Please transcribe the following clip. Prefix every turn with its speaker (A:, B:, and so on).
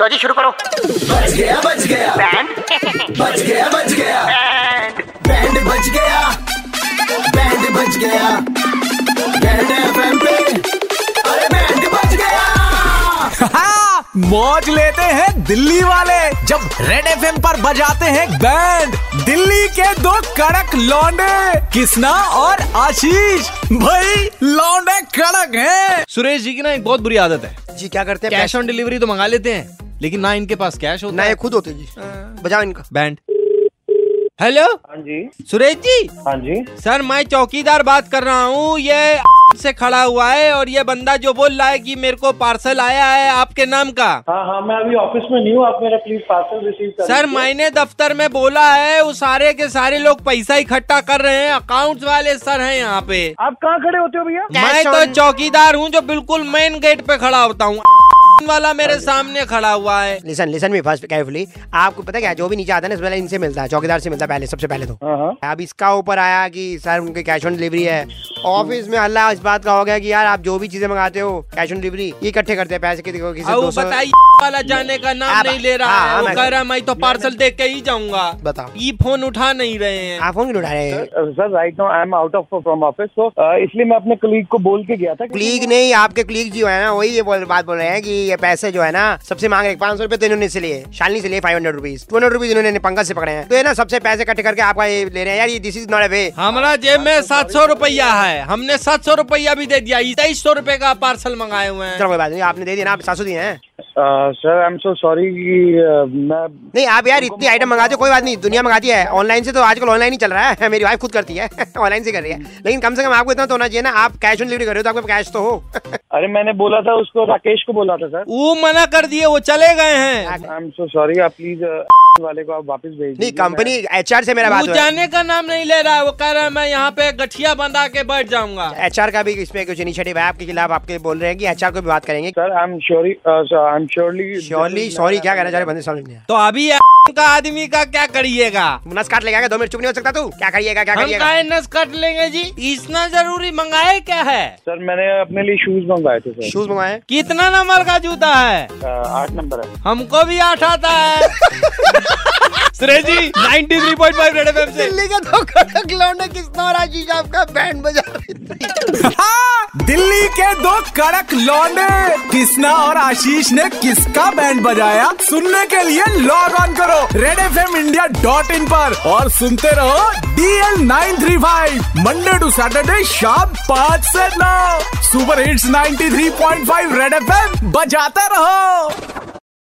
A: लो जी शुरू करो
B: बच गया बच गया
A: बैंड
B: बच गया बच गया
A: बैंड
B: बैंड बच गया बैंड बच गया बैंड एफएम पे अरे बैंड बच गया
C: हाँ, मौज लेते हैं दिल्ली वाले जब रेड एफ पर बजाते हैं बैंड दिल्ली के दो कड़क लौंडे किसना और आशीष भाई लौंडे कड़क हैं
D: सुरेश जी की ना एक बहुत बुरी आदत है
E: जी क्या करते हैं
D: कैश ऑन डिलीवरी तो मंगा लेते हैं लेकिन ना इनके पास कैश होता
E: ना
D: है
E: ये खुद होते जी बजाओ इनका
D: बैंड हेलो
F: हाँ जी
D: सुरेश जी
F: हाँ जी
D: सर मैं चौकीदार बात कर रहा हूँ ये से खड़ा हुआ है और ये बंदा जो बोल रहा है कि मेरे को पार्सल आया है आपके नाम का
F: हाँ हाँ मैं अभी ऑफिस में नहीं हूँ आप मेरा प्लीज पार्सल रिसीव कर
D: सर
F: लीजिए।
D: मैंने दफ्तर में बोला है वो सारे के सारे लोग पैसा इकट्ठा कर रहे हैं अकाउंट्स वाले सर हैं यहाँ पे
F: आप कहाँ खड़े होते हो भैया
D: मैं
E: Cash
D: तो
E: on-
D: चौकीदार हूँ जो बिल्कुल मेन गेट पे खड़ा होता हूँ वाला मेरे सामने खड़ा हुआ है
E: listen listen me first carefully आपको पता क्या है, जो भी नीचे आता है ना सबसे पहले इनसे मिलता है चौकीदार से मिलता है पहले सबसे पहले तो
F: हाँ हाँ
E: अब इसका ऊपर आया कि सर उनके कैश ऑन डिलीवरी है ऑफिस में हल्ला इस बात का हो गया कि यार आप जो भी चीजें मंगाते हो कैश ऑन डिलीवरी ये इकट्ठे करते हैं पैसे किसी को किसी
D: और वो
E: 200
D: बताइए वाला जाने का नाम
E: हाँ,
D: नहीं ले रहा
E: हाँ,
D: है वो
E: मैं-
D: कह रहा है, मैं तो पार्सल देख के ही जाऊंगा
E: बताओ।
D: ये फोन उठा नहीं रहे हैं
E: आप फोन क्यों उठा रहे हैं
F: sir right now I am out of from office तो अ, इसलिए मैं अपने कलीग को बोल के गया था कि-
E: क्लीग नहीं आपके क्लीग जो है ना वही ये बोल बात बोल रहे हैं कि ये पैसे जो है ना सबसे मांग रहे पाँच सौ रुपए तो इन्होंने से लिए शालिनी से लिए five hundred rupees two hundred rupees इन्होंने पंकज से पकड़े हैं तो ये ना सबसे पैसे इकट्ठे करके आपका ये ले रहे हैं यार ये this is not a way
D: हमारा जेब में सात सौ रुपया है हमने सात सौ रुपया भी दे दिया तेईस सौ रुपए का पार्सल मंगाए हुए हैं
E: चलो कोई बात नहीं आपने दे दिया ना आप सात सौ दिए हैं
F: अ, sir I am so sorry कि अ, uh, मैं
E: नहीं आप यार इतनी आइटम मंगाते हो कोई बात नहीं दुनिया मंगाती है ऑनलाइन से तो आजकल ऑनलाइन ही चल रहा है मेरी वाइफ खुद करती है ऑनलाइन से कर रही है लेकिन कम से कम आपको इतना तो होना चाहिए ना आप कैश ऑन डिलीवरी कर रहे हो तो आपके कैश तो हो
F: अरे मैंने बोला था उसको राकेश को बोला था सर
D: वो मना कर दिए वो चले गए हैं
F: आई एम सो सॉरी आप प्लीज वाले को आप वापस भेज
E: नहीं
F: दीजिए।
E: कंपनी एच से मेरा
D: वो
E: बात हुआ
D: जाने का नाम नहीं ले रहा है वो कह रहा है मैं यहाँ पे गठिया बंधा के बैठ जाऊंगा
E: एच का भी इसमें कुछ इनिशिएटिव है आपके खिलाफ आपके बोल रहे हैं कि एच को भी बात करेंगे
F: sir I am sorry I am surely
E: surely sorry क्या कहना चाह रहे हो? बंदे समझ नहीं आया।
D: तो अभी का आदमी का क्या करिएगा
E: मुनस काट ले जाएगा दो मिनट चुप नहीं हो सकता तू क्या करिएगा क्या
D: हम
E: करिएगा
D: काहे नस कट लेंगे जी इतना जरूरी मंगाए क्या है
F: सर मैंने अपने लिए शूज मंगवाए थे सर
E: शूज मंगवाए
D: कितना नंबर का जूता है
F: अ, आठ नंबर है
D: हमको भी आठ आता है सुरेश जी 93.5 रेड एफएम से
E: का तो कड़क लौंडे किसना और आशीष आपका बैंड बजा
C: हाँ, दिल्ली के दो कड़क लौंडे किसना और आशीष ने किसका बैंड बजाया सुनने के लिए लॉग ऑन करो red F M India dot in पर और सुनते रहो DL nine three five Monday to Saturday शाम पाँच से नौ super hits 93.5 red F M बजाते रहो